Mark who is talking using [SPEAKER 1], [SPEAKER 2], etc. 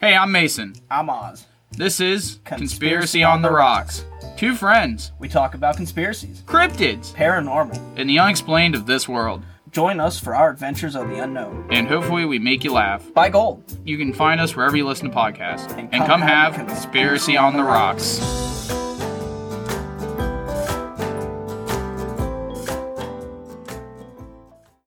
[SPEAKER 1] Hey, I'm Mason.
[SPEAKER 2] I'm Oz.
[SPEAKER 1] This is Conspiracy,
[SPEAKER 2] Conspiracy
[SPEAKER 1] on the Rocks. Two friends,
[SPEAKER 2] We talk about conspiracies,
[SPEAKER 1] cryptids,
[SPEAKER 2] paranormal.
[SPEAKER 1] and the unexplained of this world.
[SPEAKER 2] Join us for our adventures of the unknown.
[SPEAKER 1] And hopefully, we make you laugh.
[SPEAKER 2] Buy gold.
[SPEAKER 1] You can find us wherever you listen to podcasts. And come have Conspiracy on the Rocks.